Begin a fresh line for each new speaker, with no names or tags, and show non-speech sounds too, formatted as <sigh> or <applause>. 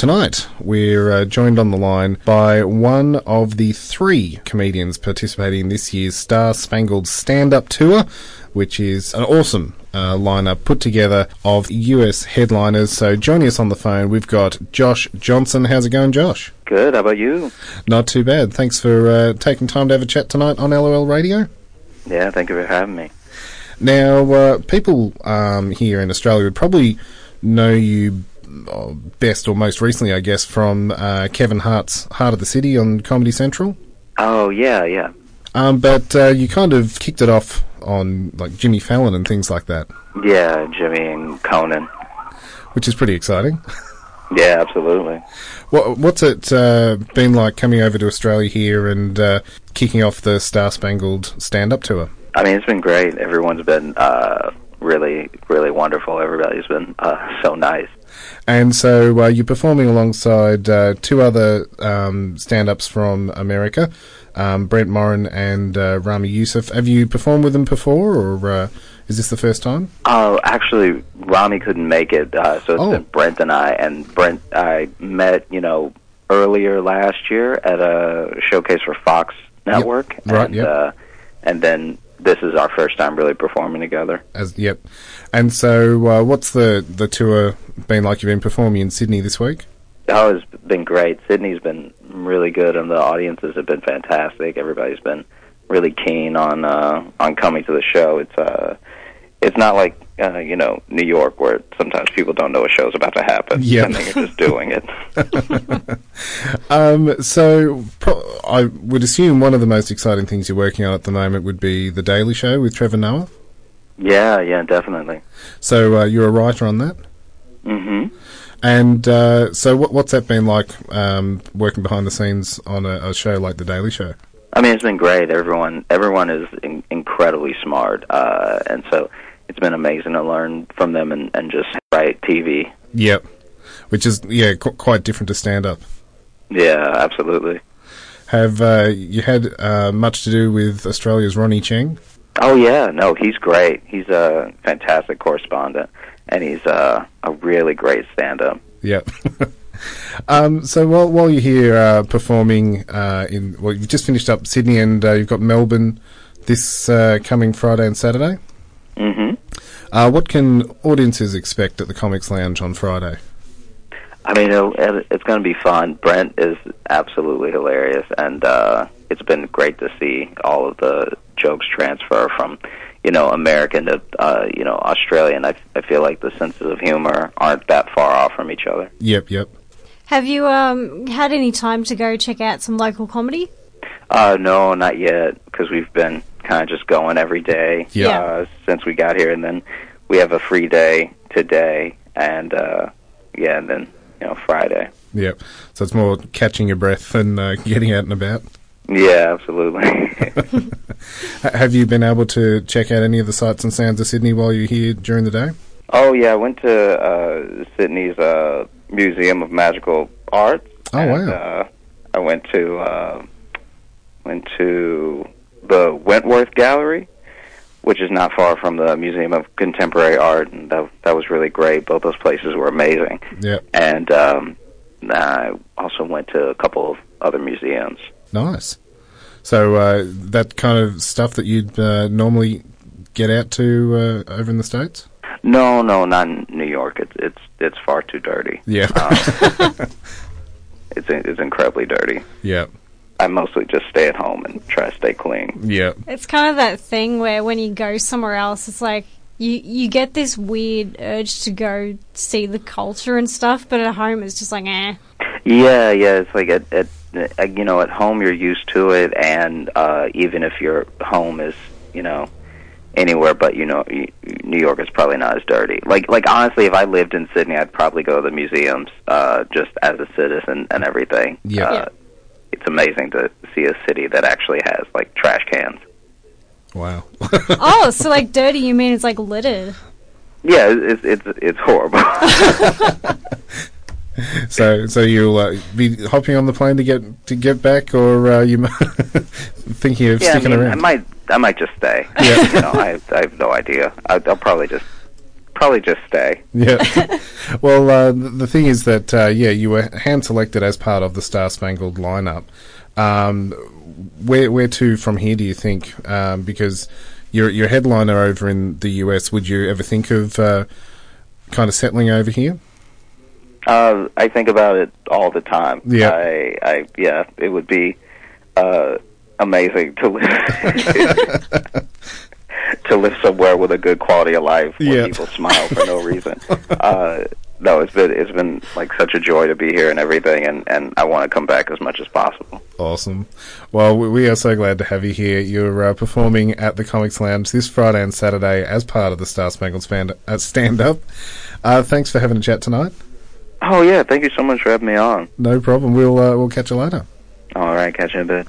Tonight, we're uh, joined on the line by one of the three comedians participating in this year's Star Spangled Stand Up Tour, which is an awesome uh, lineup put together of US headliners. So, joining us on the phone, we've got Josh Johnson. How's it going, Josh?
Good. How about you?
Not too bad. Thanks for uh, taking time to have a chat tonight on LOL Radio.
Yeah, thank you for having me.
Now, uh, people um, here in Australia would probably know you uh, best or most recently, I guess, from uh, Kevin Hart's Heart of the City on Comedy Central.
Oh, yeah, yeah.
Um, but uh, you kind of kicked it off on like Jimmy Fallon and things like that,
Yeah, Jimmy and Conan.
which is pretty exciting.
Yeah, absolutely.
What, what's it uh, been like coming over to Australia here and uh, kicking off the Star Spangled stand up tour?
I mean, it's been great. Everyone's been uh, really, really wonderful. Everybody's been uh, so nice.
And so uh, you're performing alongside uh, two other um, stand ups from America, um, Brent Morin and uh, Rami Youssef. Have you performed with them before, or uh, is this the first time?
Oh, actually, Rami couldn't make it, uh, so it's
Oh.
been Brent and I. And Brent, I met, you know, earlier last year at a showcase for Fox Network.
Right,
and,
yep.
uh, and then this is our first time really performing together.
As Yep. And so uh, what's the, the tour been like? You've been performing in Sydney this week?
Oh, it's been great. Sydney's been really good, and the audiences have been fantastic. Everybody's been really keen on uh, on coming to the show. It's uh, it's not like uh, you know New York, where sometimes people don't know a show's about to happen,
Yeah.
and then you're just doing it.
Um, so pro- I would assume one of the most exciting things you're working on at the moment would be The Daily Show with Trevor Noah.
Yeah, yeah, definitely.
So uh, you're a writer on that?
hmm
And uh, so, what, what's that been like um, working behind the scenes on a, a show like The Daily Show?
I mean, it's been great. Everyone, everyone is in- incredibly smart, uh, and so it's been amazing to learn from them and, and just write TV.
Yep. Which is yeah, qu- quite different to stand up.
Yeah, absolutely.
Have uh, you had uh, much to do with Australia's Ronnie Cheng?
Oh yeah, no, he's great. He's a fantastic correspondent, and he's uh, a really great stand-up.
Yep. <laughs> um, so while while you're here uh, performing uh, in, well, you've just finished up Sydney and uh, you've got Melbourne this uh, coming Friday and Saturday.
hmm
Uh, what can audiences expect at the Comics Lounge on Friday?
I mean, it'll, it- it's going to be fun. Brent is absolutely hilarious, and uh, it's been great to see all of the jokes transfer from you know American to uh, you know Australian. I, I feel like the senses of humor aren't that far off from each other.
Yep, yep.
Have you um, had any time to go check out some local comedy?
Uh, no, not yet, because we've been kind of just going every day
Yeah.
uh, since we got here, and then we have a free day today, and uh, yeah, and then you know Friday.
Yep. So it's more catching your breath than uh, <laughs> getting out and about.
Yeah, absolutely. <laughs>
H- have you been able to check out any of the sights and sounds of Sydney while you're here during the day?
oh yeah, I went to uh, Sydney's uh, Museum of Magical Arts.
Oh,
and,
wow.
Uh, I went to uh, went to the Wentworth Gallery. Which is not far from the Museum of Contemporary Art, and that that was really great. Both those places were amazing.
Yep.
and um, I also went to a couple of other museums.
Nice. So uh, that kind of stuff that you'd uh, normally get out to uh, over in the states.
No, no, not in New York. It's it's it's far too dirty.
Yeah.
Ah.
<laughs>
It's it's incredibly dirty.
yeah.
I mostly just stay at home and try to stay clean.
Yeah.
It's kind of that thing where when you go somewhere else, it's like you you get this weird urge to go see the culture and stuff, but at home it's just like <laughs> eh.
Yeah, yeah. It's like at at uh, you know at home you're used to it, and uh, even if your home is you know anywhere but you know y- New York is probably not as dirty. Like like honestly, if I lived in Sydney, I'd probably go to the museums uh, just as a citizen and everything.
Yeah.
Uh, it's amazing to see a city that actually has like trash cans.
Wow. <laughs>
Oh, so like dirty? You mean it's like littered?
Yeah, it's it's it's, it's
<laughs>
horrible.
so so you'll uh, be hopping on the plane to get to get back, or uh, you m- <laughs> thinking of
yeah, I,
sticking
mean, I
around?
<laughs> might I might just stay.
Yeah.
you know, I I have no idea. I, I'll probably just probably just stay.
<laughs> Yeah. well, uh, th- the thing is that uh, yeah, you were hand selected as part of the Star Spangled lineup. Um, where where to from here? Do you think? Um, because you're your headliner over in the US. Would you ever think of uh, kind of settling over here?
Uh, I think about it all the time.
Yeah.
I, I, yeah, it would be uh, amazing to live <laughs> to live somewhere with a good quality of life where
Yeah.
people smile for no reason. Uh, no, it's been it's been like such a joy to be here and everything, and and I want to come back as much as possible.
Awesome. Well, we- we are so glad to have you here. You're uh, performing at the Comics Lounge this Friday and Saturday as part of the Star Spangled Span- uh, stand up. Uh, thanks for having a chat tonight.
Oh yeah, thank you so much for having me on.
No problem. We'll uh, we'll catch you later.
All right, catch you in a bit.